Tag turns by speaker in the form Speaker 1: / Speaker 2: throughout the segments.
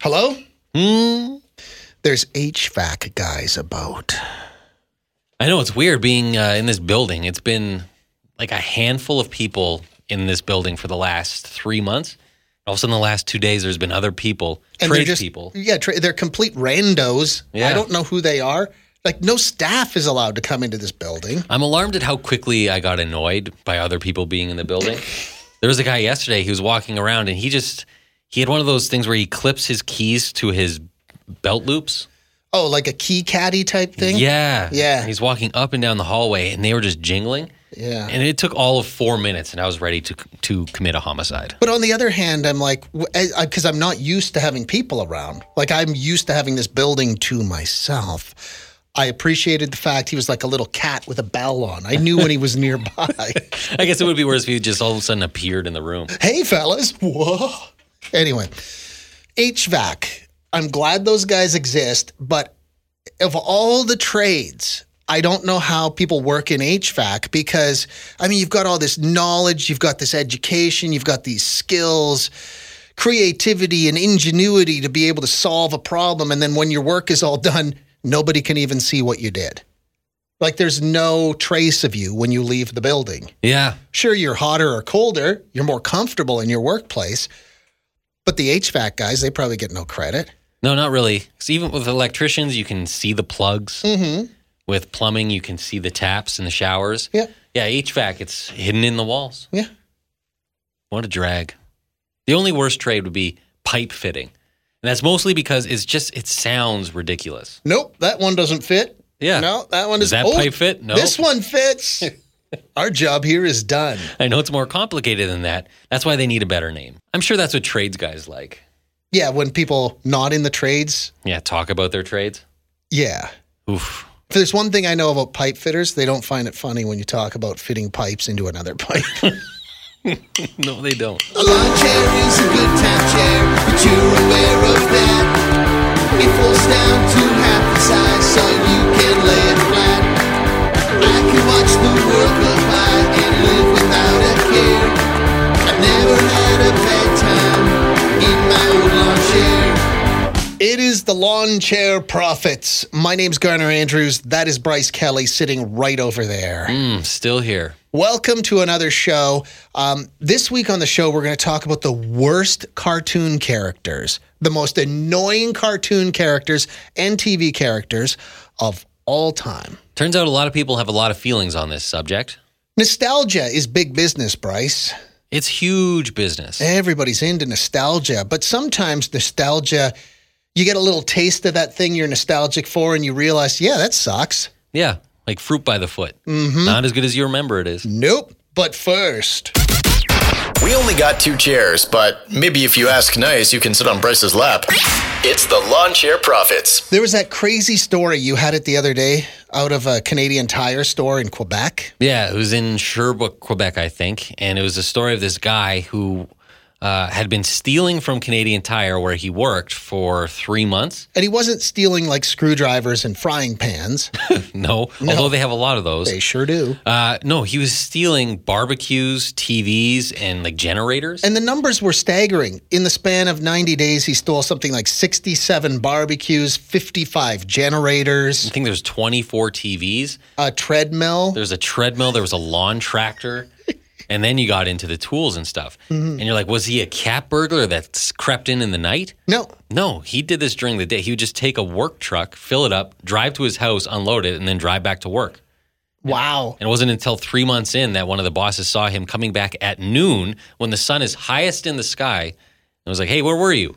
Speaker 1: Hello?
Speaker 2: Hmm.
Speaker 1: There's HVAC guys about.
Speaker 2: I know it's weird being uh, in this building. It's been like a handful of people in this building for the last three months. All of a sudden, the last two days, there's been other people,
Speaker 1: And they're
Speaker 2: trade
Speaker 1: just
Speaker 2: people.
Speaker 1: Yeah, tra- they're complete randos.
Speaker 2: Yeah.
Speaker 1: I don't know who they are. Like no staff is allowed to come into this building.
Speaker 2: I'm alarmed at how quickly I got annoyed by other people being in the building. there was a guy yesterday who was walking around and he just he had one of those things where he clips his keys to his belt loops.
Speaker 1: Oh, like a key caddy type thing?
Speaker 2: Yeah.
Speaker 1: Yeah.
Speaker 2: He's walking up and down the hallway and they were just jingling.
Speaker 1: Yeah.
Speaker 2: And it took all of 4 minutes and I was ready to to commit a homicide.
Speaker 1: But on the other hand, I'm like, because I'm not used to having people around. Like, I'm used to having this building to myself. I appreciated the fact he was like a little cat with a bell on. I knew when he was nearby.
Speaker 2: I guess it would be worse if he just all of a sudden appeared in the room.
Speaker 1: hey, fellas. Whoa. Anyway, HVAC. I'm glad those guys exist, but of all the trades, I don't know how people work in HVAC because, I mean, you've got all this knowledge, you've got this education, you've got these skills, creativity, and ingenuity to be able to solve a problem. And then when your work is all done, nobody can even see what you did. Like there's no trace of you when you leave the building.
Speaker 2: Yeah.
Speaker 1: Sure, you're hotter or colder, you're more comfortable in your workplace, but the HVAC guys, they probably get no credit.
Speaker 2: No, not really. 'Cause even with electricians, you can see the plugs.
Speaker 1: Mm-hmm.
Speaker 2: With plumbing, you can see the taps and the showers.
Speaker 1: Yeah.
Speaker 2: Yeah, HVAC, it's hidden in the walls.
Speaker 1: Yeah.
Speaker 2: What a drag. The only worst trade would be pipe fitting. And that's mostly because it's just, it sounds ridiculous.
Speaker 1: Nope, that one doesn't fit.
Speaker 2: Yeah.
Speaker 1: No, that one
Speaker 2: Does
Speaker 1: is
Speaker 2: that
Speaker 1: oh,
Speaker 2: pipe fit? No.
Speaker 1: This one fits. Our job here is done.
Speaker 2: I know it's more complicated than that. That's why they need a better name. I'm sure that's what trades guys like.
Speaker 1: Yeah, when people not in the trades,
Speaker 2: Yeah, talk about their trades.
Speaker 1: yeah.
Speaker 2: Oof.
Speaker 1: If there's one thing I know about pipe fitters, they don't find it funny when you talk about fitting pipes into another pipe.
Speaker 2: No, they don't.
Speaker 3: A lawn chair is a good time chair, but you're aware of that. It falls down to half the size, so you can lay it flat. I can watch the world go by and live without a care. I've never had a bad time in my old lawn chair.
Speaker 1: It is the lawn chair profits. My name's Garner Andrews. That is Bryce Kelly sitting right over there.
Speaker 2: I'm Hmm, still here.
Speaker 1: Welcome to another show. Um, this week on the show, we're going to talk about the worst cartoon characters, the most annoying cartoon characters and TV characters of all time.
Speaker 2: Turns out a lot of people have a lot of feelings on this subject.
Speaker 1: Nostalgia is big business, Bryce.
Speaker 2: It's huge business.
Speaker 1: Everybody's into nostalgia, but sometimes nostalgia, you get a little taste of that thing you're nostalgic for and you realize, yeah, that sucks.
Speaker 2: Yeah, like fruit by the foot. Not as good as you remember it is.
Speaker 1: Nope. But first,
Speaker 4: We only got two chairs, but maybe if you ask nice, you can sit on Bryce's lap. It's the lawn chair profits.
Speaker 1: there was that crazy story you had it the other day out of a Canadian tire store in Quebec.
Speaker 2: Yeah, it was in Sherbrooke, Quebec, I think. And it was a story of this guy who uh, had been stealing from Canadian Tire where he worked for three months.
Speaker 1: And he wasn't stealing like screwdrivers and frying pans.
Speaker 2: No, although they have a lot of those.
Speaker 1: They sure do.
Speaker 2: Uh, no, he was stealing barbecues, TVs, and like generators.
Speaker 1: And the numbers were staggering. In the span of 90 days, he stole something like 67 barbecues, 55 generators,
Speaker 2: I think there's 24 TVs.
Speaker 1: a treadmill.
Speaker 2: There's a treadmill. There was a lawn tractor. And then you got into the tools and stuff. And you're like, was he a cat burglar that crept in in the night?
Speaker 1: No,
Speaker 2: No, he did this during the day. He would just take a work truck, fill it up, drive to his house, unload it, and then drive back to work.
Speaker 1: wow.
Speaker 2: And it wasn't until three months in that one of the bosses saw him coming back at noon when the sun is highest in the sky and was like, hey, where were you?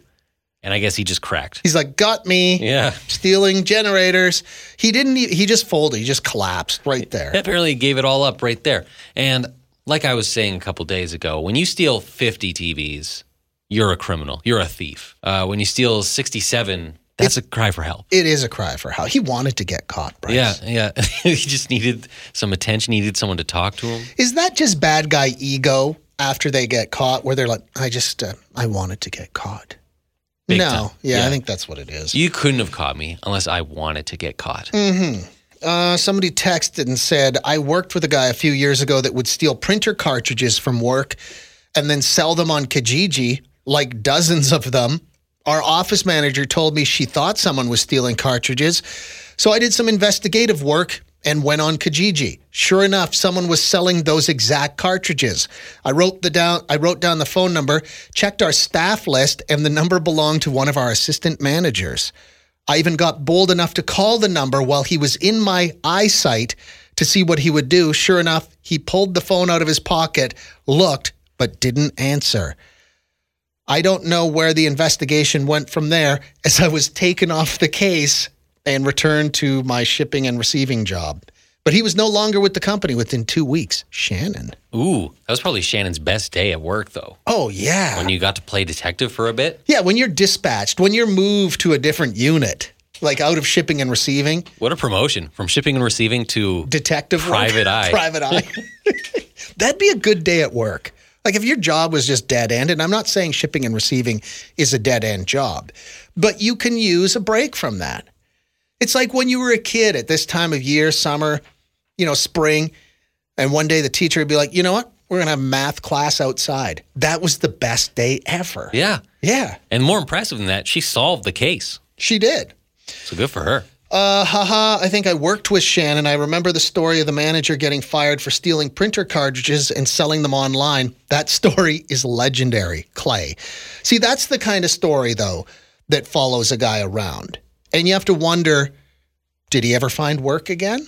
Speaker 2: And I guess he just cracked.
Speaker 1: He's like, got me.
Speaker 2: Yeah.
Speaker 1: Stealing generators. He didn't, e- he just folded. He just collapsed right there.
Speaker 2: Apparently, he gave it all up right there. And like I was saying a couple days ago, when you steal 50 TVs, you're a criminal, you're a thief. Uh, when you steal 67, that's a cry for help.
Speaker 1: It is a cry for how he wanted to get caught, Bryce.
Speaker 2: Yeah, yeah. he just needed some attention. He needed someone to talk to him.
Speaker 1: Is that just bad guy ego after they get caught, where they're like, I just, uh, I wanted to get caught?
Speaker 2: Big
Speaker 1: no.
Speaker 2: time.
Speaker 1: Yeah,
Speaker 2: Yeah.
Speaker 1: I think that's what it is.
Speaker 2: You couldn't have caught me unless I wanted to get caught.
Speaker 1: Uh, somebody texted and said, I worked with a guy a few years ago that would steal printer cartridges from work and then sell them on Kijiji, like dozens of them, Our office manager told me she thought someone was stealing cartridges. So I did some investigative work and went on Kijiji. Sure enough, someone was selling those exact cartridges. I wrote the down I wrote down the phone number, checked our staff list, and the number belonged to one of our assistant managers. I even got bold enough to call the number while he was in my eyesight to see what he would do. Sure enough, he pulled the phone out of his pocket, looked, but didn't answer. I don't know where the investigation went from there as I was taken off the case and returned to my shipping and receiving job. But he was no longer with the company within two weeks. Shannon.
Speaker 2: Ooh, that was probably Shannon's best day at work though.
Speaker 1: Oh, yeah.
Speaker 2: When you got to play detective for a bit.
Speaker 1: yeah, when you're dispatched, when you're moved to a different unit, like out of shipping and receiving,
Speaker 2: What a promotion from shipping and receiving to
Speaker 1: detective work.
Speaker 2: Private eye.
Speaker 1: private eye that'd be a good day at work like if your job was just dead end and i'm not saying shipping and receiving is a dead end job but you can use a break from that it's like when you were a kid at this time of year summer you know spring and one day the teacher would be like you know what we're going to have math class outside that was the best day ever
Speaker 2: Yeah.
Speaker 1: yeah
Speaker 2: And more impressive than that, she solved the case.
Speaker 1: she did
Speaker 2: So good for her.
Speaker 1: Uh, haha, I think I worked with Shannon. I remember the story of the manager getting fired for stealing printer cartridges and selling them online. That story is legendary, Clay. See, that's the kind of story, though, that follows a guy around. And you have to wonder did he ever find work again?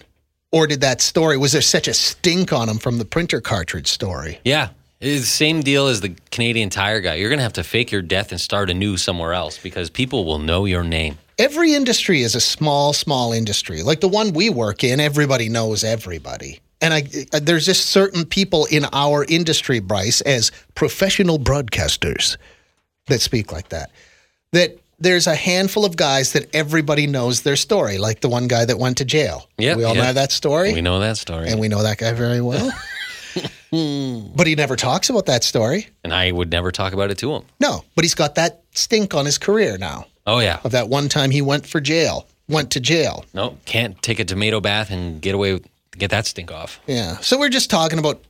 Speaker 1: Or did that story, was there such a stink on him from the printer cartridge story?
Speaker 2: Yeah. It's the same deal as the Canadian tire guy. You're going to have to fake your death and start anew somewhere else because people will know your name.
Speaker 1: Every industry is a small, small industry. Like the one we work in, everybody knows everybody. And I, uh, there's just certain people in our industry, Bryce, as professional broadcasters that speak like that. That there's a handful of guys that everybody knows their story, like the one guy that went to jail.
Speaker 2: Yeah,
Speaker 1: we all
Speaker 2: yeah.
Speaker 1: know that story,
Speaker 2: We know that story.
Speaker 1: and we know that guy very well.
Speaker 2: Hmm.
Speaker 1: but he never talks about that story.
Speaker 2: and I would never talk about it to him.
Speaker 1: No, but he's got that stink on his career now
Speaker 2: Oh, yeah.
Speaker 1: of that one time he went for jail, went to jail.
Speaker 2: No, can't take a tomato bath and get away with, get that stink off.
Speaker 1: Yeah. So we're just talking about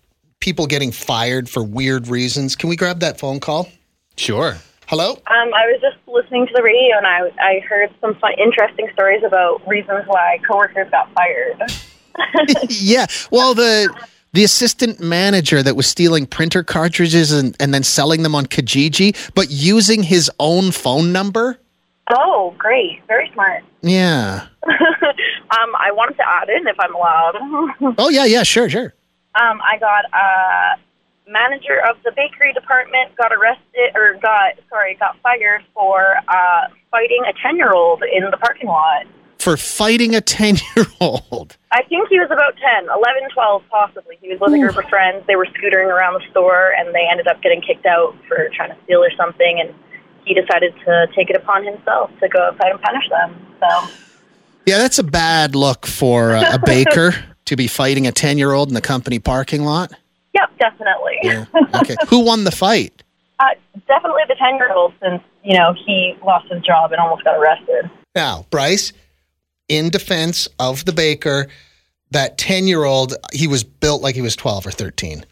Speaker 1: people getting fired for weird reasons. Can we grab that phone call?
Speaker 2: Sure.
Speaker 1: Hello?
Speaker 5: Um, I was just listening to the radio and I, I heard some fun, interesting stories about reasons why coworkers got fired.
Speaker 1: yeah. Well, the the assistant manager that was stealing printer cartridges and, and then selling them on Kijiji, but using his own phone number?
Speaker 5: Oh, great. Very smart.
Speaker 1: Yeah.
Speaker 5: Um, I wanted to add in, if I'm allowed, um,
Speaker 1: Oh, yeah, yeah, sure, sure.
Speaker 5: I got a manager of the bakery department got arrested or got, sorry, got fired for uh, fighting a 10-year-old in the parking lot.
Speaker 1: For fighting a 10 year old.
Speaker 5: I think he was about 10, 11, 12 possibly. He was with a group of friends. They were scootering around the store and they ended up getting kicked out for trying to steal or something. And he decided to take it upon himself to go outside and punish them. So,
Speaker 1: Yeah, that's a bad look for uh, a baker to be fighting a 10 year old in the company parking lot.
Speaker 5: yep, definitely.
Speaker 1: Okay. Who won the fight?
Speaker 5: Uh, definitely the 10 year old since, you know, he lost his job and almost got arrested.
Speaker 1: Now, Bryce, in defense of the baker, that 10 year old, he was built like he was 12 or 13.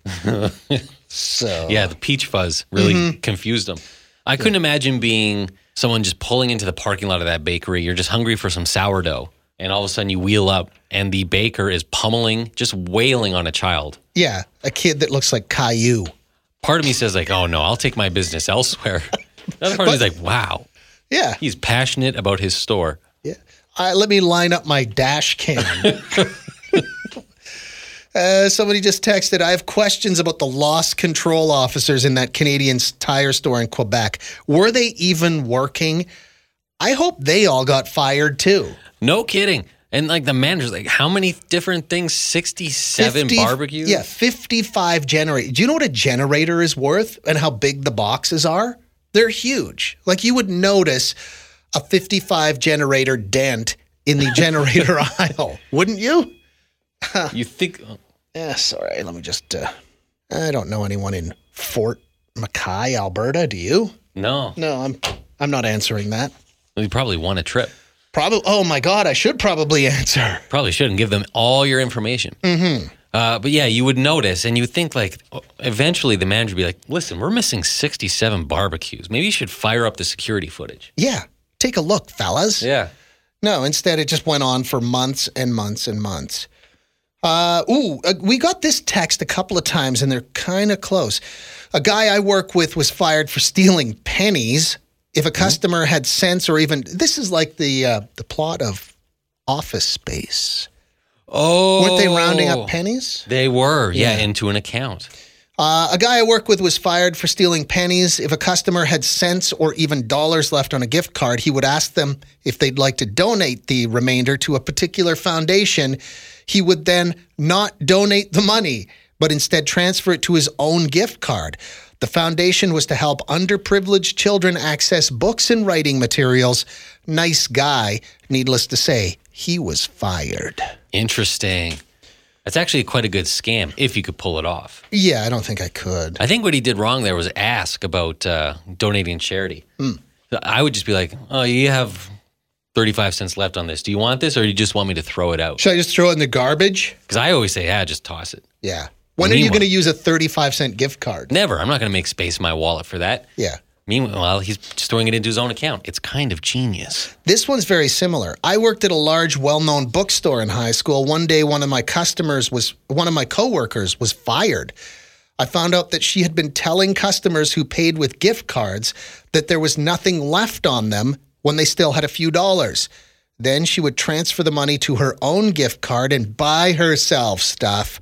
Speaker 1: so,
Speaker 2: Yeah, the peach fuzz really confused them. I couldn't imagine being someone just pulling into the parking lot of that bakery. You're just hungry for some sourdough, and all of a sudden you wheel up, and the baker is pummeling, just wailing on a child.
Speaker 1: yeah, a kid that looks like Caillou.
Speaker 2: Part of me says like, "Oh no, I'll take my business elsewhere." Another part of me is like, "Wow,
Speaker 1: Yeah.
Speaker 2: he's passionate about his store."
Speaker 1: yeah. Uh, let me line up my dash cam. Uh, somebody just texted, I have questions about the lost control officers in that Canadian tire store in Quebec. Were they even working? I hope they all got fired too.
Speaker 2: No kidding. And like the manager's like, "How many different things? Sixty-seven
Speaker 1: 50
Speaker 2: barbecues."
Speaker 1: Yeah, 55 generators. Do you know what a generator is worth and how big the boxes are? They're huge. Like you would notice a 55 generator dent in the generator aisle, wouldn't you?
Speaker 2: You think? uh,
Speaker 1: Yeah, sorry. Let me just. Uh, I don't know anyone in Fort Mackay, Alberta. Do you?
Speaker 2: No,
Speaker 1: No, I'm. I'm not answering that.
Speaker 2: we probably won a trip.
Speaker 1: Probably. Oh my God, I should probably answer. Mm-hmm.
Speaker 2: Probably shouldn't give them all your information. Uh, but yeah, you would notice, and you would think like eventually the manager would be like, "Listen, we're missing sixty-seven barbecues. Maybe you should fire up the security footage."
Speaker 1: Yeah. Take a look, fellas.
Speaker 2: Yeah,
Speaker 1: No, instead it just went on for months and months and months. Uh, ooh, uh, we got this text a couple of times and they're kind of close. A guy I work with was fired for stealing pennies. If a customer had sense or even this is like the uh, the plot of Office Space.
Speaker 2: Oh,
Speaker 1: Weren't they rounding up pennies?
Speaker 2: They were, yeah,
Speaker 1: Yeah.
Speaker 2: into an account.
Speaker 1: Uh, a guy I work with was fired for stealing pennies. If a customer had cents or even dollars left on a gift card, he would ask them if they'd like to donate the remainder to a particular foundation. He would then not donate the money, but instead transfer it to his own gift card. The foundation was to help underprivileged children access books and writing materials. Nice guy. Needless to say, he was fired.
Speaker 2: Interesting. That's actually quite a good scam if you could pull it off.
Speaker 1: Yeah, I don't think I could.
Speaker 2: I think what he did wrong there was ask about uh, donating to charity. I would just be like, "Oh, you have thirty-five cents left on this. Do you want this, or you just want me to throw it out?"
Speaker 1: Should I just throw it in the garbage?
Speaker 2: Because I always say, "Yeah, just toss it."
Speaker 1: Yeah. When are you
Speaker 2: Meanwhile-
Speaker 1: going to use a 35 cent gift card?
Speaker 2: Never. I'm not going to make space in my wallet for that.
Speaker 1: Yeah.
Speaker 2: Meanwhile, he's just throwing it into his own account. It's kind of genius.
Speaker 1: This one's very similar. I worked at a large, well-known bookstore in high school. One day one of my customers was one of my coworkers was fired. I found out that she had been telling customers who paid with gift cards that there was nothing left on them when they still had a few dollars. Then she would transfer the money to her own gift card and buy herself stuff.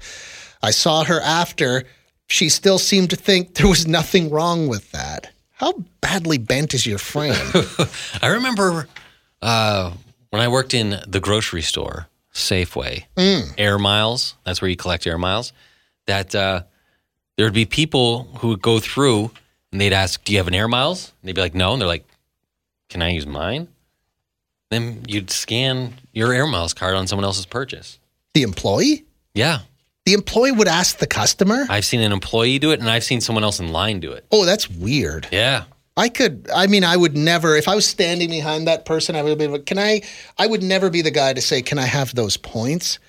Speaker 1: I saw her after. She still seemed to think there was nothing wrong with that. How badly bent is your frame?
Speaker 2: I remember uh, when I worked in the grocery store, Safeway, Air Miles. That's where you collect Air Miles. That uh, there would be people who would go through and they'd ask, "Do you have an Air Miles?" And they'd be like, "No," and they're like, "Can I use mine?" Then you'd scan your Air Miles card on someone else's purchase.
Speaker 1: the employee?
Speaker 2: Yeah,
Speaker 1: The employee would ask the customer?
Speaker 2: I've seen an employee do it, and I've seen someone else in line do it.
Speaker 1: oh, that's weird.
Speaker 2: Yeah.
Speaker 1: I could, I mean, I would never, if I was standing behind that person, I would be like, can I, I would never be the guy to say, can I have those points?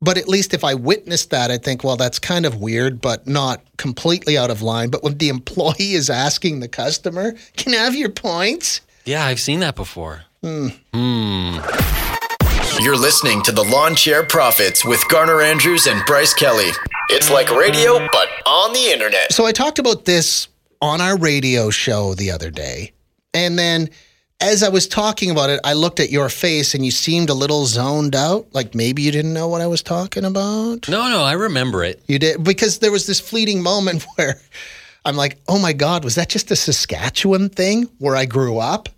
Speaker 1: But at least if I witnessed that, I'd think, well, that's kind of weird, but not completely out of line. But when the employee is asking the customer, can I have your points?
Speaker 2: Yeah, I've seen that before.
Speaker 4: You're listening to the Lawn Chair Profits with Garner Andrews and Bryce Kelly. It's like radio, but on the internet.
Speaker 1: So I talked about this on our radio show the other day. And then as I was talking about it, I looked at your face and you seemed a little zoned out. Like maybe you didn't know what I was talking about.
Speaker 2: No, no, I remember it.
Speaker 1: You did because there was this fleeting moment where I'm like, oh my God, was that just a Saskatchewan thing where I grew up?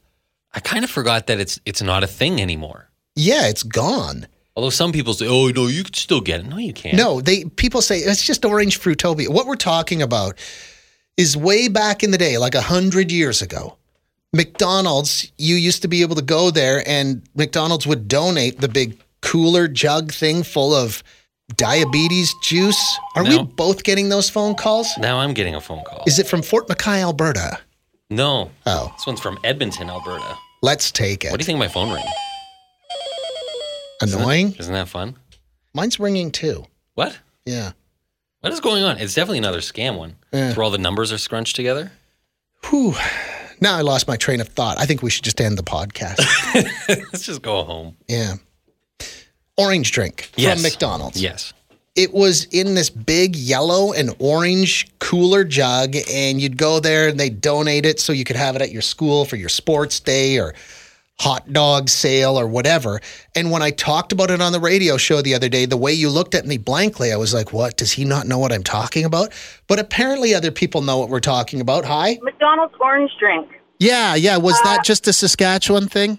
Speaker 2: I kind of forgot that it's it's not a thing anymore.
Speaker 1: Yeah, it's gone.
Speaker 2: Although some people say, "Oh no, you can still get it." No, you can't.
Speaker 1: No, they people say it's just orange fruitopia. What we're talking about is way back in the day, like a hundred years ago. McDonald's, you used to be able to go there, and McDonald's would donate the big cooler jug thing full of diabetes juice. Are we
Speaker 2: No.
Speaker 1: both getting those phone calls?
Speaker 2: Now I'm getting a phone call.
Speaker 1: Is it from Fort Mackay, Alberta?
Speaker 2: no.
Speaker 1: Oh,
Speaker 2: This one's from Edmonton, Alberta.
Speaker 1: let's take
Speaker 2: What do
Speaker 1: it.
Speaker 2: you think of my phone ring?
Speaker 1: Annoying.
Speaker 2: Isn't that fun?
Speaker 1: Mine's ringing too.
Speaker 2: What?
Speaker 1: Yeah.
Speaker 2: What is going on? It's definitely another scam one.
Speaker 1: Yeah.
Speaker 2: Where all the numbers are scrunched together.
Speaker 1: Whew. Now I lost my train of thought. I think we should just end the podcast.
Speaker 2: Let's just go home.
Speaker 1: Yeah. Orange drink
Speaker 2: Yes.
Speaker 1: from McDonald's.
Speaker 2: Yes.
Speaker 1: It was in this big yellow and orange cooler jug, and you'd go there and they'd donate it so you could have it at your school for your sports day or hot dog sale or whatever. And when I talked about it on the radio show the other day, the way you looked at me blankly, I was like, what? Does he not know what I'm talking about? But apparently other people know what we're talking about. Hi.
Speaker 5: McDonald's orange drink.
Speaker 1: Yeah, yeah. Was that just a Saskatchewan thing?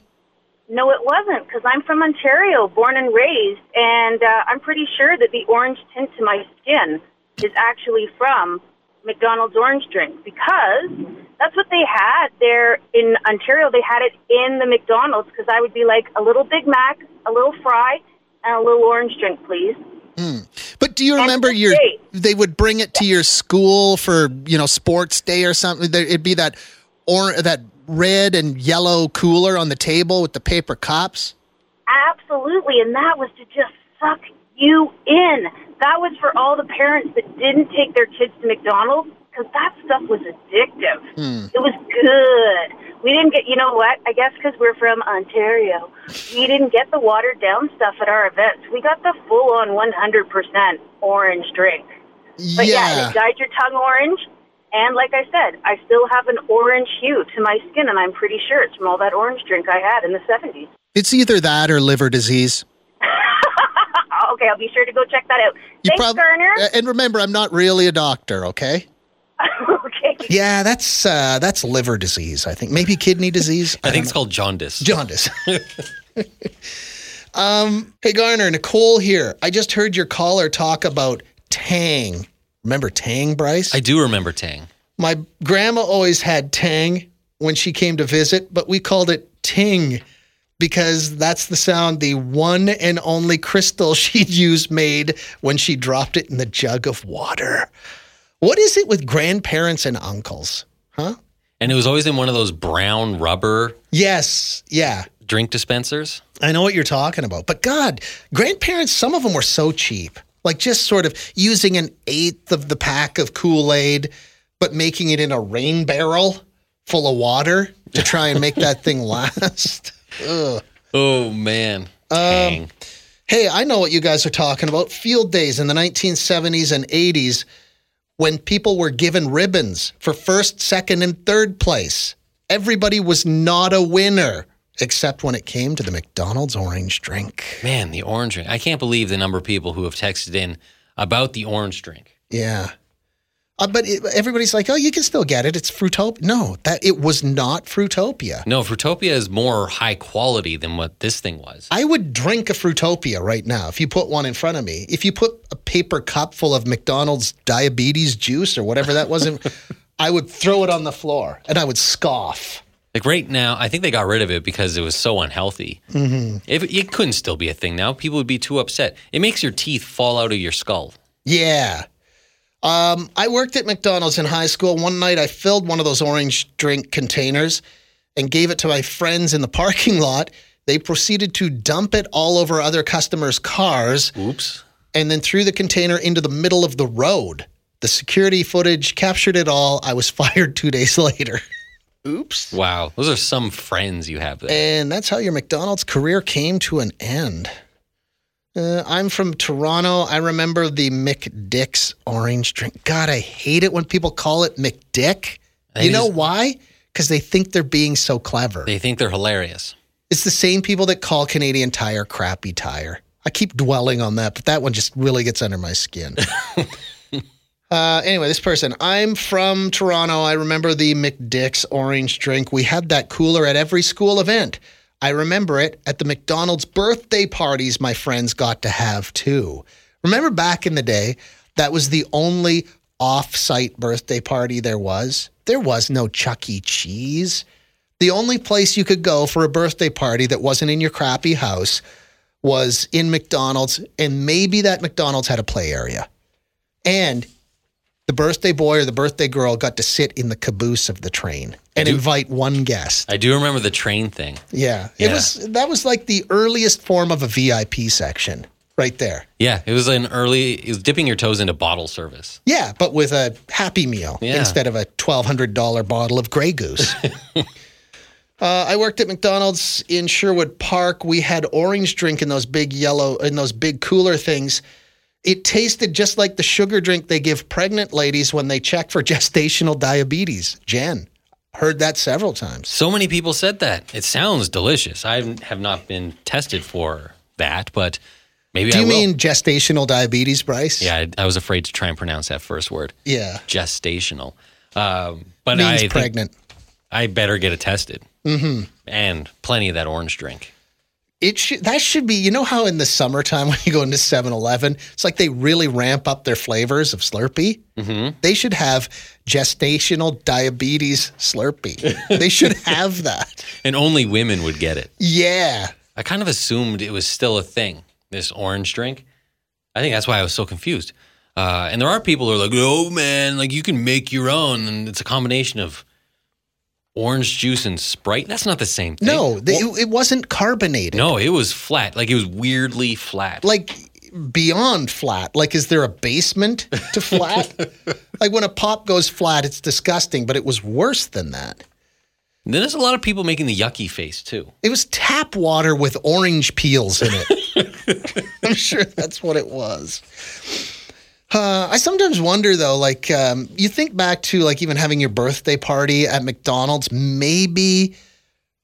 Speaker 5: No, it wasn't, because I'm from Ontario, born and raised, and uh, I'm pretty sure that the orange tint to my skin is actually from McDonald's orange drink because that's what they had there in Ontario. They had it in the McDonald's because I would be like a little Big Mac, a little fry, and a little orange drink, please.
Speaker 1: But do you remember your?
Speaker 5: great.
Speaker 1: They would bring it to your school for you know sports day or something. There, it'd be that or that red and yellow cooler on the table with the paper cups.
Speaker 5: Absolutely, and that was to just suck you in. that was for all the parents that didn't take their kids to McDonald's because that stuff was addictive. It was good. We didn't get, you know what? I guess because we're from Ontario, we didn't get the watered down stuff at our events. We got the full on 100% orange drink. But yeah,
Speaker 1: yeah.
Speaker 5: it dyed your tongue orange. And like I said, I still have an orange hue to my skin, and I'm pretty sure it's from all that orange drink I had in the 70s.
Speaker 1: It's either that or liver disease.
Speaker 5: okay, I'll be sure to go check that out. Thanks,
Speaker 1: prob-
Speaker 5: Garner.
Speaker 1: A- And remember, I'm not really a doctor, okay?
Speaker 5: okay.
Speaker 1: Yeah, that's uh, that's liver disease, I think. Maybe kidney disease.
Speaker 2: I think it's called jaundice.
Speaker 1: jaundice. um, hey Garner, Nicole here. I just heard your caller talk about Tang. Remember Tang, Bryce?
Speaker 2: I do remember Tang.
Speaker 1: My grandma always had Tang when she came to visit, but we called it Ting because that's the sound the one and only crystal she'd use made when she dropped it in the jug of water. What is it with grandparents and uncles? Huh?
Speaker 2: And it was always in one of those brown rubber
Speaker 1: Yes, yeah.
Speaker 2: drink dispensers.
Speaker 1: I know what you're talking about, but God, grandparents, some of them were so cheap. Like just sort of using an eighth of the pack of Kool Aid, but making it in a rain barrel full of water to try and make that thing last. Ugh.
Speaker 2: Oh man.
Speaker 1: Uh,
Speaker 2: Tang.
Speaker 1: Hey, I know what you guys are talking about. Field days in the 1970s and 80s when people were given ribbons for first, second, and third place. Everybody was not a winner, except when it came to the McDonald's orange drink.
Speaker 2: man, the orange drink. I can't believe the number of people who have texted in about the orange drink.
Speaker 1: Yeah. Uh, but it, everybody's like, oh, you can still get it. It's Fruitopia. No, that it was not Fruitopia.
Speaker 2: No, Fruitopia is more high quality than what this thing was.
Speaker 1: I would drink a Fruitopia right now if you put one in front of me. If you put a paper cup full of McDonald's diabetes juice or whatever that was, in, I would throw it on the floor and I would scoff.
Speaker 2: Like right now, I think they got rid of it because it was so unhealthy. Mm-hmm. If it couldn't still be a thing now, people would be too upset. It makes your teeth fall out of your skull.
Speaker 1: Yeah. Um, I worked at McDonald's in high school. One night I filled one of those orange drink containers and gave it to my friends in the parking lot. They proceeded to dump it all over other customers' cars
Speaker 2: Oops.
Speaker 1: and then threw the container into the middle of the road. The security footage captured it all. I was fired two days later. Oops.
Speaker 2: Wow. Those are some friends you have there.
Speaker 1: And that's how your McDonald's career came to an end. Uh, I'm from Toronto. I remember the McDick's orange drink. God, I hate it when people call it McDick. You
Speaker 2: They
Speaker 1: know
Speaker 2: just-
Speaker 1: why? Because they think they're being so clever.
Speaker 2: They think they're hilarious.
Speaker 1: it's the same people that call Canadian Tire crappy tire. I keep dwelling on that, but that one just really gets under my skin. Uh, anyway, this person, I'm from Toronto. I remember the McDick's orange drink. We had that cooler at every school event. I remember it at the McDonald's birthday parties my friends got to have too. Remember back in the day, that was the only off site birthday party there was? There was no Chuck E. Cheese. The only place you could go for a birthday party that wasn't in your crappy house was in McDonald's, and maybe that McDonald's had a play area. And the birthday boy or the birthday girl got to sit in the caboose of the train and invite one guest.
Speaker 2: I do remember the train thing.
Speaker 1: Yeah. It
Speaker 2: Yeah.
Speaker 1: was that was like the earliest form of a VIP section right there.
Speaker 2: Yeah, it was an early. It was dipping your toes into bottle service.
Speaker 1: Yeah, but with a happy meal
Speaker 2: Yeah.
Speaker 1: instead of a $1200 bottle of Grey Goose. Uh, I worked at McDonald's in Sherwood Park. We had orange drink in those big yellow in those big cooler things. It tasted just like the sugar drink they give pregnant ladies when they check for gestational diabetes. Jen heard that several times.
Speaker 2: So many people said that. It sounds delicious. I haven't- have not been tested for that, but maybe
Speaker 1: Do
Speaker 2: I
Speaker 1: you
Speaker 2: will.
Speaker 1: mean gestational diabetes, Bryce?
Speaker 2: yeah, I, I was afraid to try and pronounce that first word,
Speaker 1: yeah.
Speaker 2: gestational. Um, but I
Speaker 1: Means
Speaker 2: think
Speaker 1: pregnant.
Speaker 2: I better get it tested. Mm-hmm. And plenty of that orange drink.
Speaker 1: it should that should be you know how in the summertime when you go into 7-eleven it's like they really ramp up their flavors of slurpee they should have gestational diabetes slurpee they should have that
Speaker 2: And only women would get it.
Speaker 1: yeah
Speaker 2: I kind of assumed it was still a thing, this orange drink. I think that's why I was so confused. Uh, and there are people who are like, oh man, like you can make your own. And it's a combination of orange juice and Sprite. That's not the same thing.
Speaker 1: no they,
Speaker 2: Well,
Speaker 1: it, it wasn't carbonated
Speaker 2: no, it was flat. Like it was weirdly flat.
Speaker 1: like beyond flat? Like, is there a basement to flat? like, when a pop goes flat, it's disgusting, but it was worse than that.
Speaker 2: And then there's a lot of people making the yucky face too.
Speaker 1: It was tap water with orange peels in it. I'm sure that's what it was. Uh, I sometimes wonder though, like um, you think back to like even having your birthday party at McDonald's. Maybe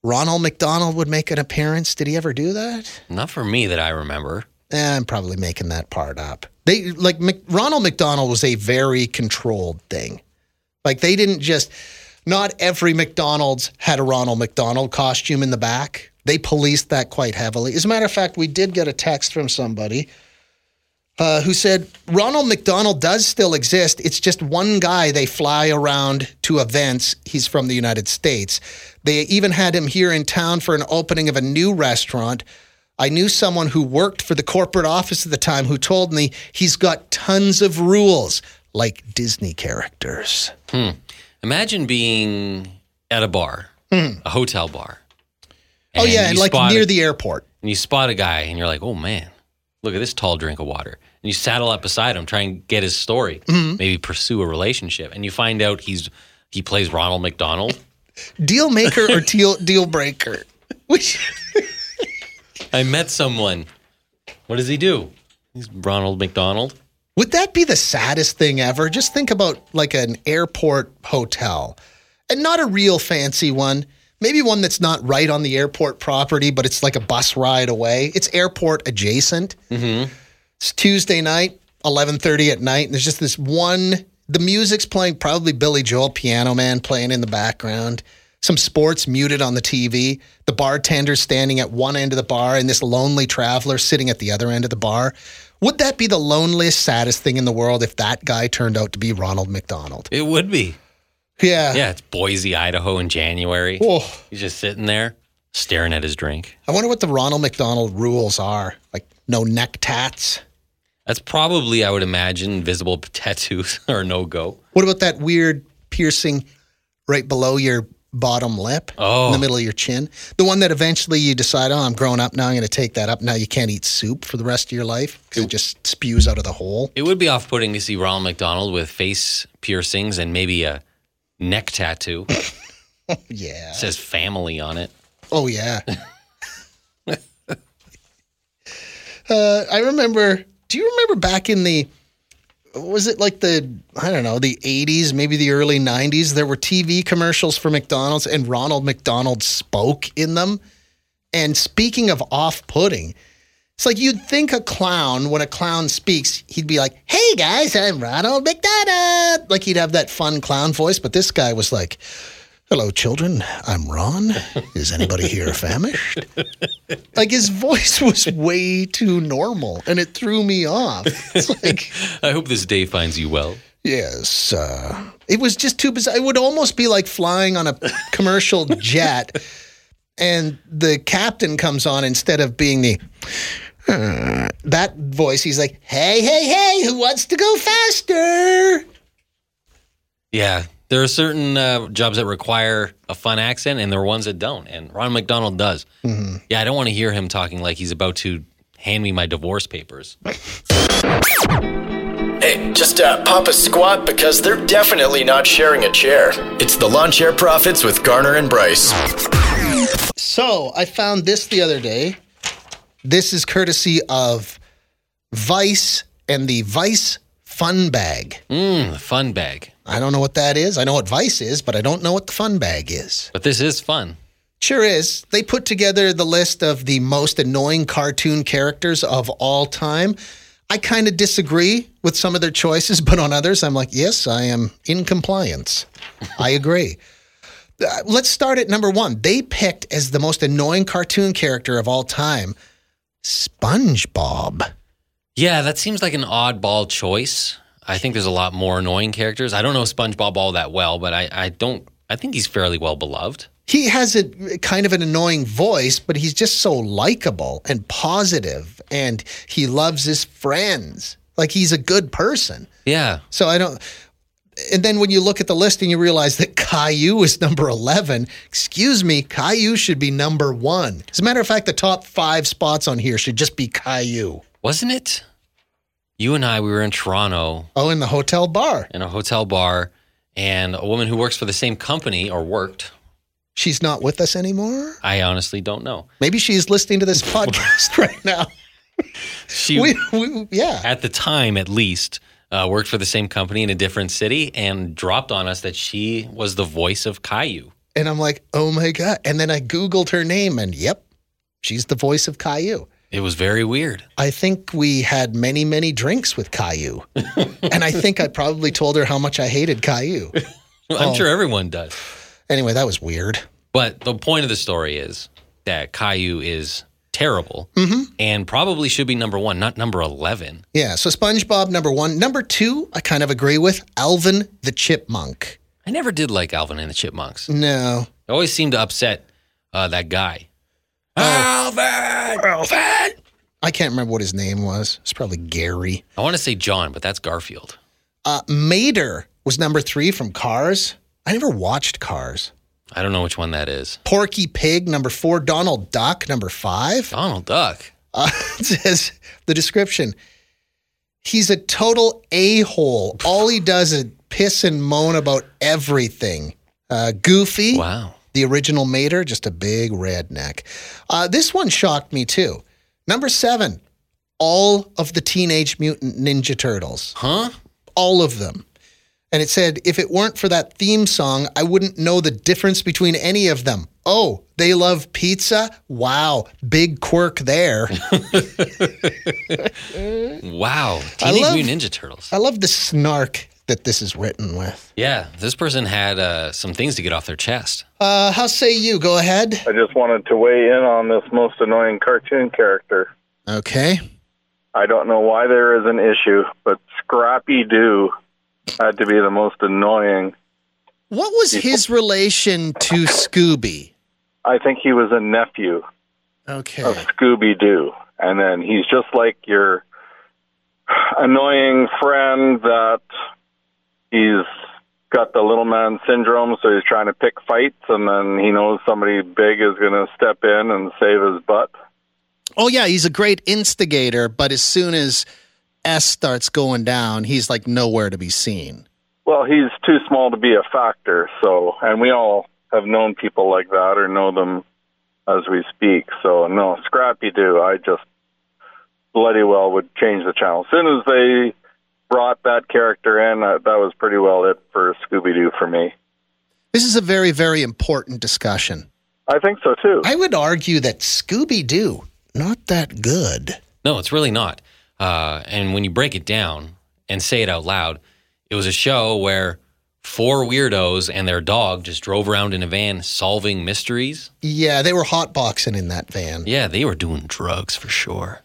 Speaker 1: Ronald McDonald would make an appearance. Did he ever do that?
Speaker 2: Not for me that I remember.
Speaker 1: Eh, I'm probably making that part up. They like Mc, Ronald McDonald was a very controlled thing. Like they didn't just. Not every McDonald's had a Ronald McDonald costume in the back. They policed that quite heavily. As a matter of fact, we did get a text from somebody uh, who said Ronald McDonald does still exist. It's just one guy they fly around to events. He's from the United States. They even had him here in town for an opening of a new restaurant. I knew someone who worked for the corporate office at the time who told me he's got tons of rules, like Disney characters.
Speaker 2: Imagine being at a bar, a hotel bar.
Speaker 1: Hmm. oh, yeah, and
Speaker 2: you
Speaker 1: like
Speaker 2: spot
Speaker 1: near
Speaker 2: a-
Speaker 1: the airport.
Speaker 2: and you spot a guy and you're like, oh man, look at this tall drink of water. And you saddle up beside him, try and get his story,
Speaker 1: Mm-hmm.
Speaker 2: maybe pursue a relationship. And you find out he's he plays Ronald McDonald.
Speaker 1: Deal maker or deal deal breaker? Which
Speaker 2: I met someone. What does he do? He's Ronald McDonald.
Speaker 1: would that be the saddest thing ever? Just think about like an airport hotel, and not a real fancy one. Maybe one that's not right on the airport property, but it's like a bus ride away. It's airport adjacent. It's Tuesday night, eleven thirty at night, and there's just this one. The music's playing, probably Billy Joel, Piano Man playing in the background. Some sports muted on the TV. The bartender standing at one end of the bar, and this lonely traveler sitting at the other end of the bar. Would that be the loneliest, saddest thing in the world if that guy turned out to be Ronald McDonald?
Speaker 2: It would be.
Speaker 1: Yeah.
Speaker 2: Yeah, it's Boise, Idaho in January.
Speaker 1: Oh,
Speaker 2: He's just sitting there staring at his drink.
Speaker 1: I wonder what the Ronald McDonald rules are. Like no neck tats.
Speaker 2: That's probably, I would imagine, visible tattoos are no go.
Speaker 1: What about that weird piercing right below your bottom lip
Speaker 2: Oh.
Speaker 1: in the middle of your chin? The one that eventually you decide, oh, I'm grown up now. I'm going to take that up. Now you can't eat soup for the rest of your life because it just spews out of the hole.
Speaker 2: It would be off putting to see Ronald McDonald with face piercings and maybe a neck tattoo. It
Speaker 1: Yeah.
Speaker 2: says family on it.
Speaker 1: Oh, yeah. uh, I remember, do you remember back in the, was it like the, I don't know, the 80s, maybe the early 90s? There were TV commercials for McDonald's and Ronald McDonald spoke in them. And speaking of off putting, it's like you'd think a clown, when a clown speaks, he'd be like, hey guys, I'm Ronald McDonald. Like he'd have that fun clown voice, but this guy was like, hello children, I'm Ron. Is anybody here famished? like his voice was way too normal and it threw me off. It's like,
Speaker 2: I hope this day finds you well.
Speaker 1: Yes. Uh, it was just too bizarre. It would almost be like flying on a commercial jet and the captain comes on instead of being the. "Uh," that voice, he's like, hey, hey, hey, who wants to go faster?
Speaker 2: Yeah, there are certain uh, jobs that require a fun accent, and there are ones that don't. And Ron McDonald does. Yeah, I don't want to hear him talking like he's about to hand me my divorce papers.
Speaker 4: Hey, just uh, pop a squat because they're definitely not sharing a chair. It's the Lawn Chair Profits with Garner and Bryce.
Speaker 1: So I found this the other day. This is courtesy of Vice and the Vice Fun Bag.
Speaker 2: Mmm, the fun bag.
Speaker 1: I don't know what that is. I know what Vice is, but I don't know what the Fun Bag is.
Speaker 2: But this is fun.
Speaker 1: Sure is. They put together the list of the most annoying cartoon characters of all time. I kind of disagree with some of their choices, but on others, I'm like, yes, I am in compliance. I agree. Uh, Let's start at number one. They picked as the most annoying cartoon character of all time SpongeBob.
Speaker 2: Yeah, that seems like an oddball choice. I think there's a lot more annoying characters. I don't know SpongeBob all that well, but I, I don't. I think he's fairly well beloved.
Speaker 1: he has a kind of an annoying voice, but he's just so likable and positive, and he loves his friends. Like he's a good person.
Speaker 2: Yeah,
Speaker 1: So I don't. And then when you look at the list and you realize that Caillou is number 11, excuse me, Caillou should be number one. As a matter of fact, the top five spots on here should just be Caillou.
Speaker 2: wasn't it? you and I, we were in Toronto
Speaker 1: Oh, in the hotel bar.
Speaker 2: in a hotel bar, and a woman who works for the same company or worked.
Speaker 1: She's not with us anymore.
Speaker 2: I honestly don't know.
Speaker 1: Maybe she's listening to this podcast right now.
Speaker 2: She
Speaker 1: We, we, yeah.
Speaker 2: at the time at least uh, worked for the same company in a different city and dropped on us that she was the voice of Caillou.
Speaker 1: And I'm like, oh my God. And then I Googled her name and yep, she's the voice of Caillou.
Speaker 2: It was very weird.
Speaker 1: I think we had many, many drinks with Caillou. and I think I probably told her how much I hated Caillou.
Speaker 2: I'm
Speaker 1: Oh.
Speaker 2: sure everyone does.
Speaker 1: Anyway, that was weird.
Speaker 2: But the point of the story is that Caillou is terrible
Speaker 1: Mm-hmm.
Speaker 2: and probably should be number one, not number 11.
Speaker 1: Yeah. So SpongeBob, number one. Number two, I kind of agree with Alvin the Chipmunk.
Speaker 2: I never did like Alvin and the Chipmunks. It
Speaker 1: No.
Speaker 2: always seemed to upset uh, that guy. Oh. Alvin! Alvin!
Speaker 1: I can't remember what his name was. It's probably Gary.
Speaker 2: I want to say John, but that's Garfield.
Speaker 1: Uh, Mater was number three from Cars. I never watched Cars.
Speaker 2: I don't know which one that is.
Speaker 1: Porky Pig, number four. Donald Duck, number five.
Speaker 2: Donald Duck.
Speaker 1: Uh, it says the description. He's a total a hole. All he does is piss and moan about everything. Uh, goofy,
Speaker 2: Wow.
Speaker 1: the original Mater, just a big redneck. Uh, this one shocked me too. Number seven, all of the Teenage Mutant Ninja Turtles,
Speaker 2: Huh?
Speaker 1: all of them. And it said, if it weren't for that theme song, I wouldn't know the difference between any of them. Oh, they love pizza? Wow, big quirk there.
Speaker 2: Wow. Teenage
Speaker 1: love-
Speaker 2: Mutant Ninja Turtles.
Speaker 1: I love the snark that this is written with.
Speaker 2: Yeah, this person had uh, some things to get off their chest.
Speaker 1: Uh, how say you? Go ahead.
Speaker 6: I just wanted to weigh in on this most annoying cartoon character.
Speaker 1: Okay.
Speaker 6: I don't know why there is an issue, but Scrappy Doo had to be the most annoying.
Speaker 1: What was his relation to Scooby?
Speaker 6: I think he was a nephew of
Speaker 1: Okay.
Speaker 6: Scooby Doo. And then he's just like your annoying friend that he's got the little man syndrome, so he's trying to pick fights, and then he knows somebody big is going to step in and save his butt.
Speaker 1: Oh, yeah, he's a great instigator, but as soon as S starts going down, he's like nowhere to be seen.
Speaker 6: Well, he's too small to be a factor, so and we all have known people like that or know them as we speak. So no, Scrappy Doo, I just bloody well would change the channel. As soon as they brought that character in, uh, that was pretty well it for Scooby Doo for me.
Speaker 1: This is a very, very important discussion.
Speaker 6: I think so too.
Speaker 1: I would argue that Scooby Doo, not that good.
Speaker 2: No, it's really not. Uh, and when you break it down and say it out loud, it was a show where four weirdos and their dog just drove around in a van solving mysteries.
Speaker 1: Yeah, they were hotboxing in that van.
Speaker 2: Yeah, they were doing drugs for sure.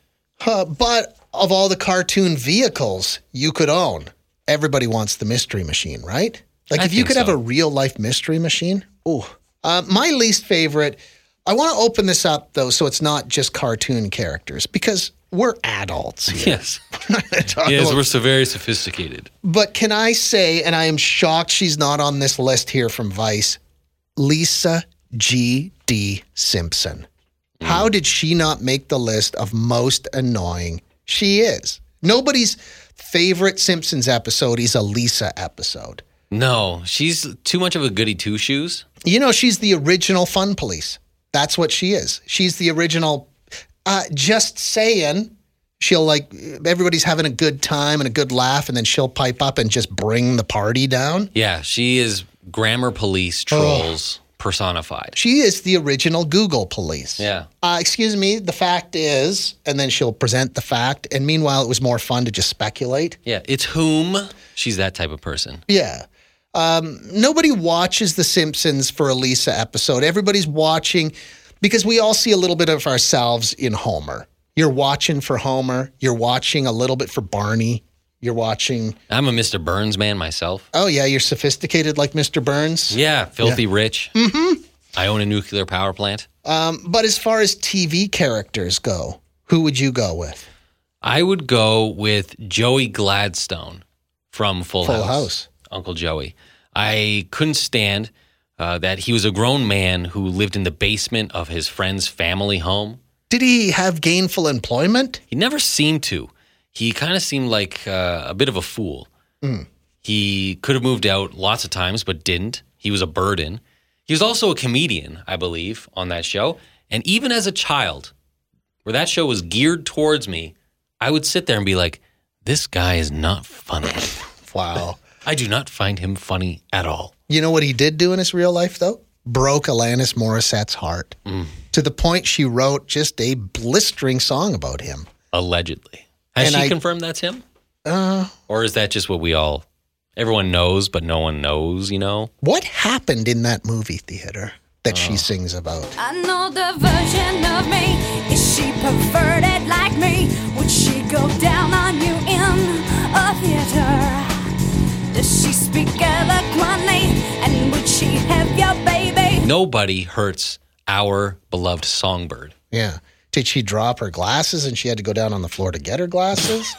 Speaker 1: Uh, but of all the cartoon vehicles you could own, everybody wants the mystery machine, right? Like
Speaker 2: I
Speaker 1: if you
Speaker 2: think
Speaker 1: could have
Speaker 2: so.
Speaker 1: a real life mystery machine. Ooh. Uh, my least favorite. I want to open this up though, so it's not just cartoon characters because we're adults. here.
Speaker 2: Yes. yes, we're so very sophisticated.
Speaker 1: But can I say, and I am shocked she's not on this list here from Vice, Lisa G. D. Simpson. How did she not make the list of most annoying? She is. Nobody's favorite Simpsons episode is a Lisa episode.
Speaker 2: No, she's too much of a goody two shoes.
Speaker 1: You know, she's the original Fun Police. That's what she is. She's the original. Uh, just saying, she'll like everybody's having a good time and a good laugh, and then she'll pipe up and just bring the party down.
Speaker 2: Yeah, she is grammar police trolls personified.
Speaker 1: She is the original Google police.
Speaker 2: Yeah.
Speaker 1: Uh, excuse me, the fact is, and then she'll present the fact. And meanwhile, it was more fun to just speculate.
Speaker 2: Yeah, it's whom? She's that type of person.
Speaker 1: Yeah. Um, nobody watches The Simpsons for a Lisa episode. Everybody's watching because we all see a little bit of ourselves in Homer. You're watching for Homer, you're watching a little bit for Barney, you're watching,
Speaker 2: I'm a Mr. Burns man myself.
Speaker 1: oh, yeah, you're sophisticated like Mr. Burns.
Speaker 2: Yeah, filthy rich. Mm-hmm. I own a nuclear power plant.
Speaker 1: Um, but as far as TV characters go, who would you go with?
Speaker 2: I would go with Joey Gladstone from Full,
Speaker 1: Full
Speaker 2: House.
Speaker 1: House.
Speaker 2: Uncle Joey. I couldn't stand uh, that he was a grown man who lived in the basement of his friend's family home.
Speaker 1: Did he have gainful employment?
Speaker 2: He never seemed to. he kind of seemed like uh, a bit of a fool.
Speaker 1: Mm.
Speaker 2: He could have moved out lots of times, but didn't. He was a burden. He was also a comedian, I believe, on that show. And even as a child, where that show was geared towards me, I would sit there and be like, this guy is not funny.
Speaker 1: Wow.
Speaker 2: I do not find him funny at all.
Speaker 1: You know what he did do in his real life, though? Broke Alanis Morissette's heart to the point she wrote just a blistering song about him.
Speaker 2: allegedly. Has
Speaker 1: And
Speaker 2: she
Speaker 1: I-
Speaker 2: confirmed that's him?
Speaker 1: Uh,
Speaker 2: or is that just what we all, everyone knows, but no one knows, you know?
Speaker 1: What happened in that movie theater that she sings about?
Speaker 7: I know the version of me. Is she perverted like me? Would she go down on you in a theater? Does she speak eloquently? And would she have your baby?
Speaker 2: Nobody hurts our beloved songbird.
Speaker 1: Yeah. Did she drop her glasses and she had to go down on the floor to get her glasses?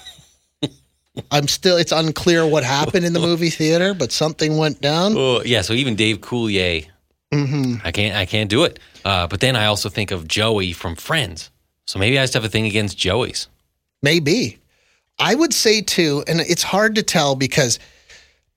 Speaker 1: I'm still, it's unclear what happened in the movie theater, but something went down.
Speaker 2: Oh, yeah. So even Dave Coulier, I can't, I can't do it. Uh, but then I also think of Joey from Friends. So maybe I just have a thing against Joey's.
Speaker 1: Maybe. I would say too, and it's hard to tell because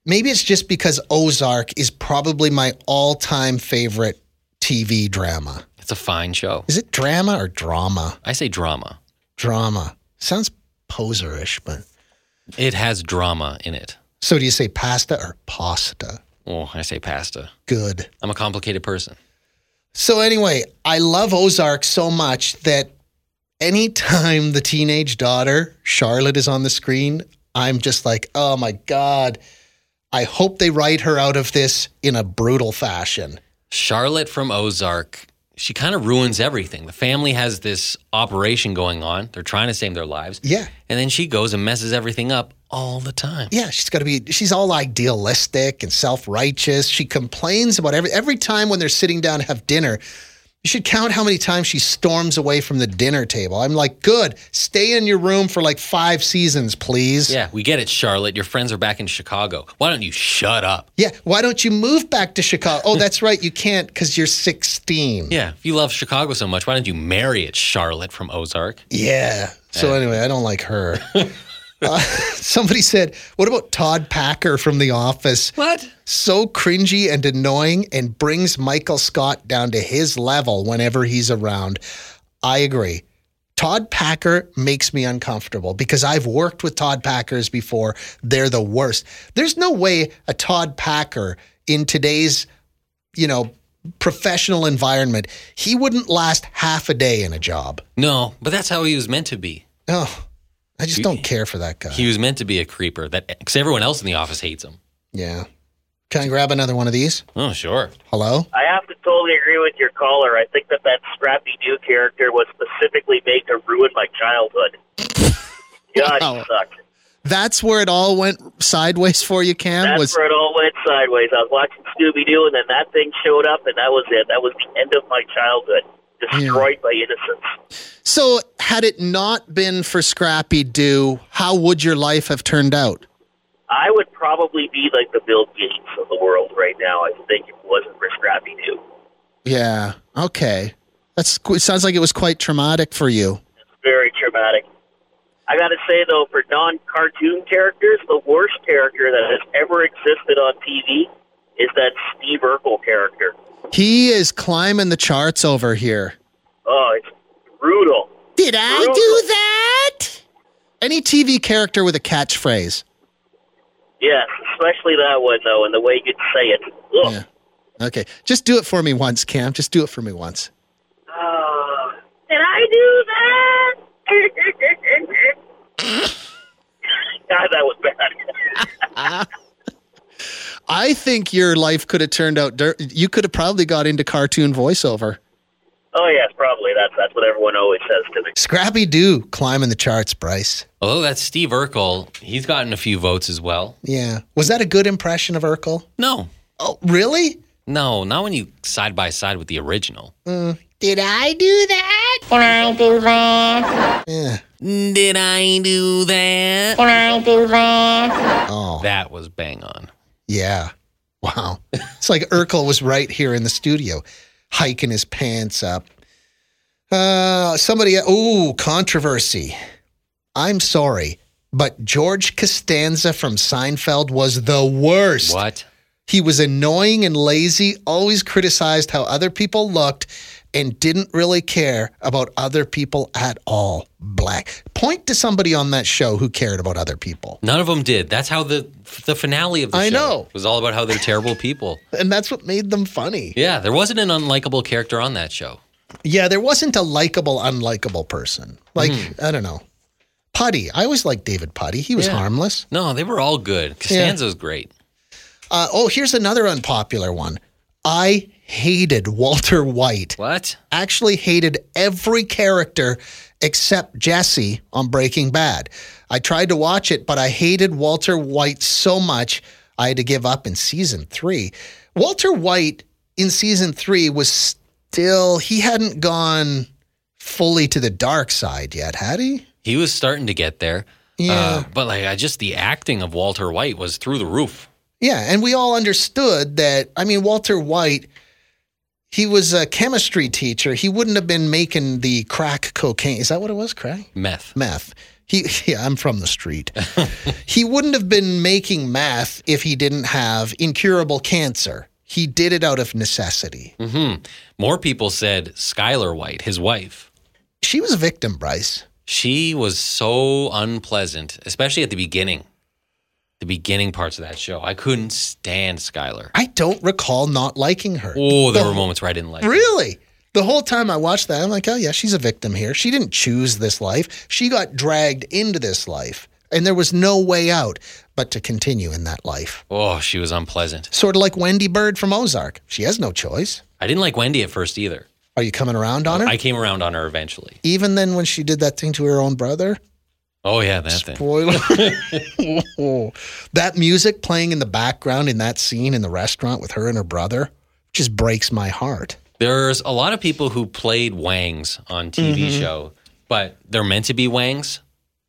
Speaker 1: maybe it's just because Ozark is probably my all time favorite TV drama.
Speaker 2: It's a fine show.
Speaker 1: Is it drama or drama?
Speaker 2: I say drama.
Speaker 1: Drama. Sounds poserish, but.
Speaker 2: It has drama in it.
Speaker 1: So do you say pasta or pasta?
Speaker 2: Oh, I say pasta.
Speaker 1: Good.
Speaker 2: I'm a complicated person.
Speaker 1: So anyway, I love Ozark so much that anytime the teenage daughter, Charlotte, is on the screen, I'm just like, oh my God. I hope they write her out of this in a brutal fashion.
Speaker 2: Charlotte from Ozark, she kind of ruins everything. The family has this operation going on. They're trying to save their lives.
Speaker 1: Yeah.
Speaker 2: And then she goes and messes everything up all the time.
Speaker 1: Yeah, she's got to be. She's all idealistic and self-righteous. She complains about every every time when they're sitting down to have dinner. You should count how many times she storms away from the dinner table. I'm like, good, stay in your room for like five seasons, please.
Speaker 2: Yeah, we get it, Charlotte. Your friends are back in Chicago. Why don't you shut up?
Speaker 1: Yeah. Why don't you move back to Chicago? Oh, that's right, you can't because you're 16.
Speaker 2: Yeah, if you love Chicago so much, why don't you marry it, Charlotte from Ozark?
Speaker 1: Yeah. So anyway, I don't like her. Uh, somebody said, "What about Todd Packer from The Office?"
Speaker 2: What?
Speaker 1: so cringy and annoying and brings Michael Scott down to his level whenever he's around. I agree. Todd Packer makes me uncomfortable because I've worked with Todd Packers before. They're the worst. There's no way a Todd Packer in today's, you know, professional environment, he wouldn't last half a day in a job.
Speaker 2: No, but that's how he was meant to be.
Speaker 1: Oh, I just don't care for that guy.
Speaker 2: He was meant to be a creeper that because everyone else in the office hates him.
Speaker 1: yeah. Can I grab another one of these?
Speaker 2: Oh, sure.
Speaker 1: Hello?
Speaker 8: I have to totally agree with your caller. I think that that Scrappy Doo character was specifically made to ruin my childhood. God,
Speaker 1: Wow.
Speaker 8: he sucked.
Speaker 1: That's where it all went sideways for you, Cam.
Speaker 8: That's
Speaker 1: was
Speaker 8: where it all went sideways. I was watching Scooby Doo, and then that thing showed up, and that was it. That was the end of my childhood, destroyed by innocence.
Speaker 1: so had it not been for Scrappy Doo, how would your life have turned out?
Speaker 8: I would probably be like the Bill Gates of the world right now. I think if it wasn't for Scrappy Doo.
Speaker 1: Yeah. Okay. That's it sounds like it was quite traumatic for you.
Speaker 8: very traumatic. I got to say though, for non-cartoon characters, the worst character that has ever existed on TV is that Steve Urkel character.
Speaker 1: He is climbing the charts over here.
Speaker 8: Oh, it's brutal.
Speaker 1: Did I do that? Any TV character with a catchphrase.
Speaker 8: Yes, especially that one though, and the way you say it. Ugh.
Speaker 1: Yeah. Okay. Just do it for me once, Cam. Just do it for me once.
Speaker 8: Ah, did I do that? God, that was bad.
Speaker 1: I think your life could have turned out dirt. You could have probably got into cartoon voiceover.
Speaker 8: oh yes, probably. That's that's what everyone always says to me.
Speaker 1: Scrappy Doo climbing the charts, Bryce.
Speaker 2: Although that's Steve Urkel, he's gotten a few votes as well.
Speaker 1: Yeah. Was that a good impression of Urkel?
Speaker 2: No,
Speaker 1: Oh, really?
Speaker 2: No, not when you side by side with the original.
Speaker 1: Did I do that?
Speaker 9: Can I do that?
Speaker 1: Yeah.
Speaker 2: Did I do that?
Speaker 9: Can I do that?
Speaker 1: Oh,
Speaker 2: That was bang on.
Speaker 1: yeah. Wow. It's like Urkel was right here in the studio, hiking his pants up. Uh, somebody, ooh, controversy. I'm sorry. but George Costanza from Seinfeld was the worst.
Speaker 2: What?
Speaker 1: He was annoying and lazy, always criticized how other people looked, and didn't really care about other people at all. Black. Point to somebody on that show who cared about other people.
Speaker 2: None of them did. That's how the the finale of the
Speaker 1: I
Speaker 2: show
Speaker 1: know.
Speaker 2: was all about how they're terrible people.
Speaker 1: And that's what made them funny.
Speaker 2: Yeah, there wasn't an unlikable character on that show.
Speaker 1: Yeah, there wasn't a likable, unlikable person. Like, I don't know. Putty. I always liked David Putty. He was
Speaker 2: Yeah.
Speaker 1: harmless.
Speaker 2: No, they were all good. Costanza's great.
Speaker 1: Uh, oh, here's another unpopular one. I hated Walter White.
Speaker 2: What?
Speaker 1: actually hated every character except Jesse on Breaking Bad. I tried to watch it, but I hated Walter White so much I had to give up in season three. Walter White in season three was still, he hadn't gone fully to the dark side yet, had he?
Speaker 2: He was starting to get there.
Speaker 1: Yeah.
Speaker 2: Uh, but like I just the acting of Walter White was through the roof.
Speaker 1: Yeah, and we all understood that. I mean, Walter White, he was a chemistry teacher. He wouldn't have been making the crack cocaine. Is that what it was? Crack?
Speaker 2: Meth.
Speaker 1: meth. He, yeah, I'm from the street. he wouldn't have been making meth if he didn't have incurable cancer. He did it out of necessity.
Speaker 2: More people said Skylar White, his wife.
Speaker 1: She was a victim, Bryce.
Speaker 2: She was so unpleasant, especially at the beginning. The beginning parts of that show. I couldn't stand Skylar.
Speaker 1: I don't recall not liking her.
Speaker 2: Oh, there
Speaker 1: The-
Speaker 2: were moments where I didn't like. her.
Speaker 1: Really? The whole time I watched that, I'm like, oh, yeah, she's a victim here. She didn't choose this life. She got dragged into this life, and there was no way out but to continue in that life.
Speaker 2: Oh, she was unpleasant.
Speaker 1: Sort of like Wendy Bird from Ozark. She has no choice.
Speaker 2: I didn't like Wendy at first either.
Speaker 1: Are you coming around on her?
Speaker 2: I came around on her eventually.
Speaker 1: Even then, when she did that thing to her own brother,
Speaker 2: Oh yeah, that thing.
Speaker 1: Spoiler. Whoa. that music playing in the background in that scene in the restaurant with her and her brother just breaks my heart.
Speaker 2: There's a lot of people who played Wangs on TV
Speaker 1: Mm-hmm.
Speaker 2: show, but they're meant to be Wangs,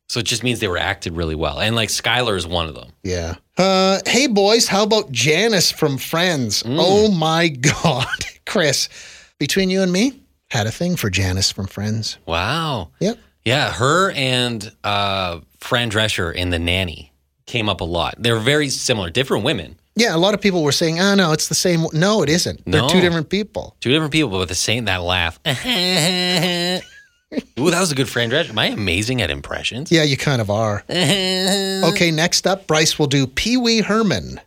Speaker 2: so it just means they were acted really well. And like Skylar is one of them.
Speaker 1: Yeah. Uh, hey, boys, how about Janice from Friends?
Speaker 2: Mm.
Speaker 1: Oh my God. Chris, between you and me, had a thing for Janice from Friends.
Speaker 2: Wow.
Speaker 1: Yep.
Speaker 2: Yeah, her and uh, Fran Drescher in The Nanny came up a lot. They're very similar, different women,
Speaker 1: Yeah, a lot of people were saying, oh, no, it's the same. No, it isn't. They're two
Speaker 2: No.
Speaker 1: different people.
Speaker 2: two different people, but with the same that laugh. Ooh, that was a good Fran Drescher. Am I amazing at impressions?
Speaker 1: Yeah, you kind of are.
Speaker 2: Uh.
Speaker 1: okay, next up, Bryce will do Pee Wee Herman.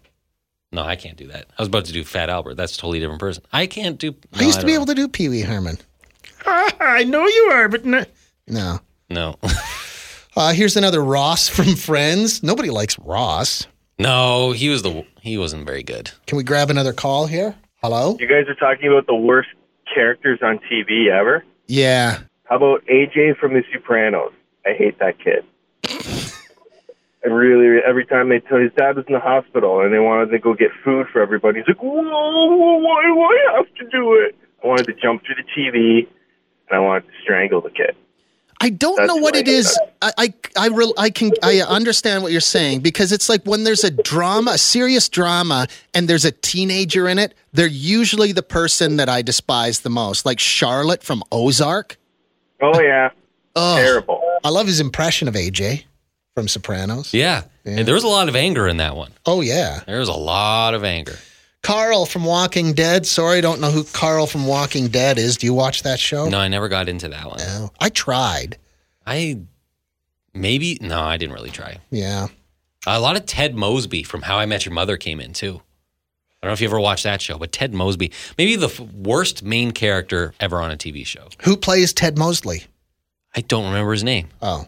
Speaker 2: No, I can't do that. I was about to do Fat Albert. That's a totally different person. I can't do.
Speaker 1: I used to be able to do Pee Wee Herman. I know you are, but no. No.
Speaker 2: No,
Speaker 1: Uh, here's another Ross from Friends. Nobody likes Ross.
Speaker 2: no, he was the he wasn't very good.
Speaker 1: Can we grab another call here? Hello?
Speaker 10: You guys are talking about the worst characters on TV ever.
Speaker 1: Yeah.
Speaker 10: How about AJ from The Sopranos? I hate that kid. I really, every time they tell his dad was in the hospital and they wanted to go get food for everybody, he's like, whoa, whoa, why do I have to do it? I wanted to jump through the TV and I wanted to strangle the kid.
Speaker 1: I don't
Speaker 10: That's
Speaker 1: know what it
Speaker 10: right.
Speaker 1: is. I I I, re- I can I understand what you're saying because it's like when there's a drama, a serious drama, and there's a teenager in it, they're usually the person that I despise the most, like Charlotte from Ozark.
Speaker 10: Oh, yeah.
Speaker 1: Ugh.
Speaker 10: Terrible.
Speaker 1: I love his impression of AJ from Sopranos.
Speaker 2: Yeah. and there was a lot of anger in that one.
Speaker 1: Oh yeah.
Speaker 2: There was a lot of anger.
Speaker 1: Carl from Walking Dead. Sorry, I don't know who Carl from Walking Dead is. Do you watch that show?
Speaker 2: No, I never got into that one.
Speaker 1: No. I tried.
Speaker 2: I maybe no, I didn't really try.
Speaker 1: Yeah.
Speaker 2: A lot of Ted Mosby from How I Met Your Mother came in too. I don't know if you ever watched that show, but Ted Mosby, maybe the f- worst main character ever on a TV show.
Speaker 1: Who plays Ted Mosley?
Speaker 2: I don't remember his name,
Speaker 1: Oh.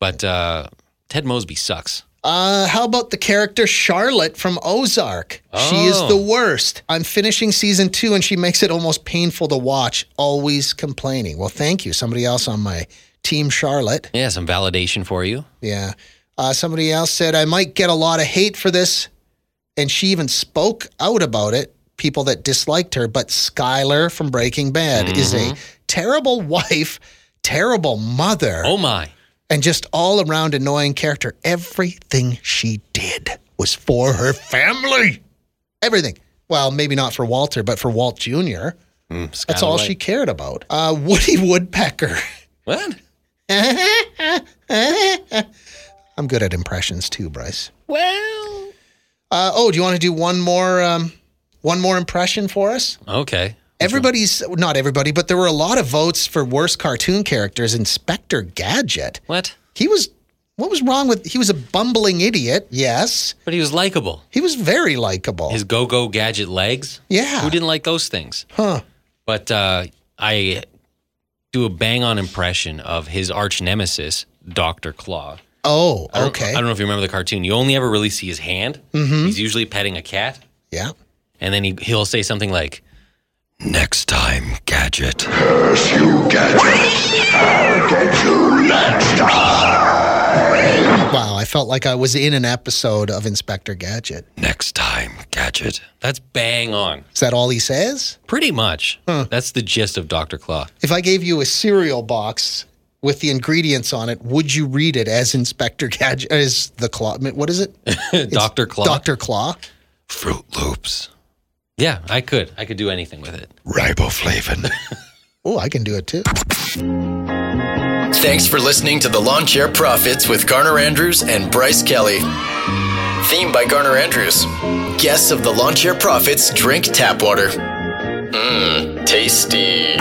Speaker 2: but uh, Ted Mosby sucks.
Speaker 1: Uh, how about the character Charlotte from Ozark? She is
Speaker 2: Oh.
Speaker 1: the worst. I'm finishing season two and she makes it almost painful to watch, always complaining. Well, thank you. Somebody else on my team, Charlotte.
Speaker 2: Yeah, some validation for you.
Speaker 1: Yeah. Uh, somebody else said, I might get a lot of hate for this. And she even spoke out about it, people that disliked her. But Skylar from Breaking Bad is
Speaker 2: Mm-hmm.
Speaker 1: a terrible wife, terrible mother,
Speaker 2: Oh my.
Speaker 1: and just all around annoying character. Everything she did was for her family. Everything. Well, maybe not for Walter, but for Walt Jr.
Speaker 2: Mm,
Speaker 1: That's
Speaker 2: Skylar
Speaker 1: all
Speaker 2: White.
Speaker 1: she cared about. Uh, Woody Woodpecker.
Speaker 2: What?
Speaker 1: I I'm good at impressions too, Bryce.
Speaker 2: Well,
Speaker 1: Uh, oh, do you want to do one more um, one more impression for us?
Speaker 2: okay.
Speaker 1: Everybody's not everybody, but there were a lot of votes for worst cartoon characters. Inspector Gadget.
Speaker 2: What?
Speaker 1: He was. What was wrong with? He was a bumbling idiot. Yes,
Speaker 2: But he was likable.
Speaker 1: he was very likable.
Speaker 2: His go-go gadget legs.
Speaker 1: Yeah.
Speaker 2: Who didn't like those things?
Speaker 1: huh?
Speaker 2: But uh, I do a bang-on impression of his arch nemesis, Doctor Claw.
Speaker 1: Oh,
Speaker 2: I don't-
Speaker 1: okay.
Speaker 2: I don't know if you remember the cartoon. You only ever really see his hand. Mm-hmm. He's usually petting a cat,
Speaker 1: yeah.
Speaker 2: and then he he'll say something like, "Next time, gadget."
Speaker 1: Wow, I felt like I was in an episode of Inspector Gadget.
Speaker 2: Next time, gadget. That's bang on.
Speaker 1: Is that all he says?
Speaker 2: Pretty much. That's the gist of Doctor Claw.
Speaker 1: If I gave you a cereal box with the ingredients on it, would you read it as Inspector Gadget? As the claw? What is it?
Speaker 2: Doctor Claw.
Speaker 1: Doctor Claw.
Speaker 2: Fruit Loops. Yeah, I could. I could do anything with it.
Speaker 4: Riboflavin.
Speaker 1: Oh, I can do it too.
Speaker 4: Thanks for listening to the Lawn Chair Profits with Garner Andrews and Bryce Kelly. Theme by Garner Andrews. Guests of the Lawn Chair Profits drink tap water. Mmm, tasty.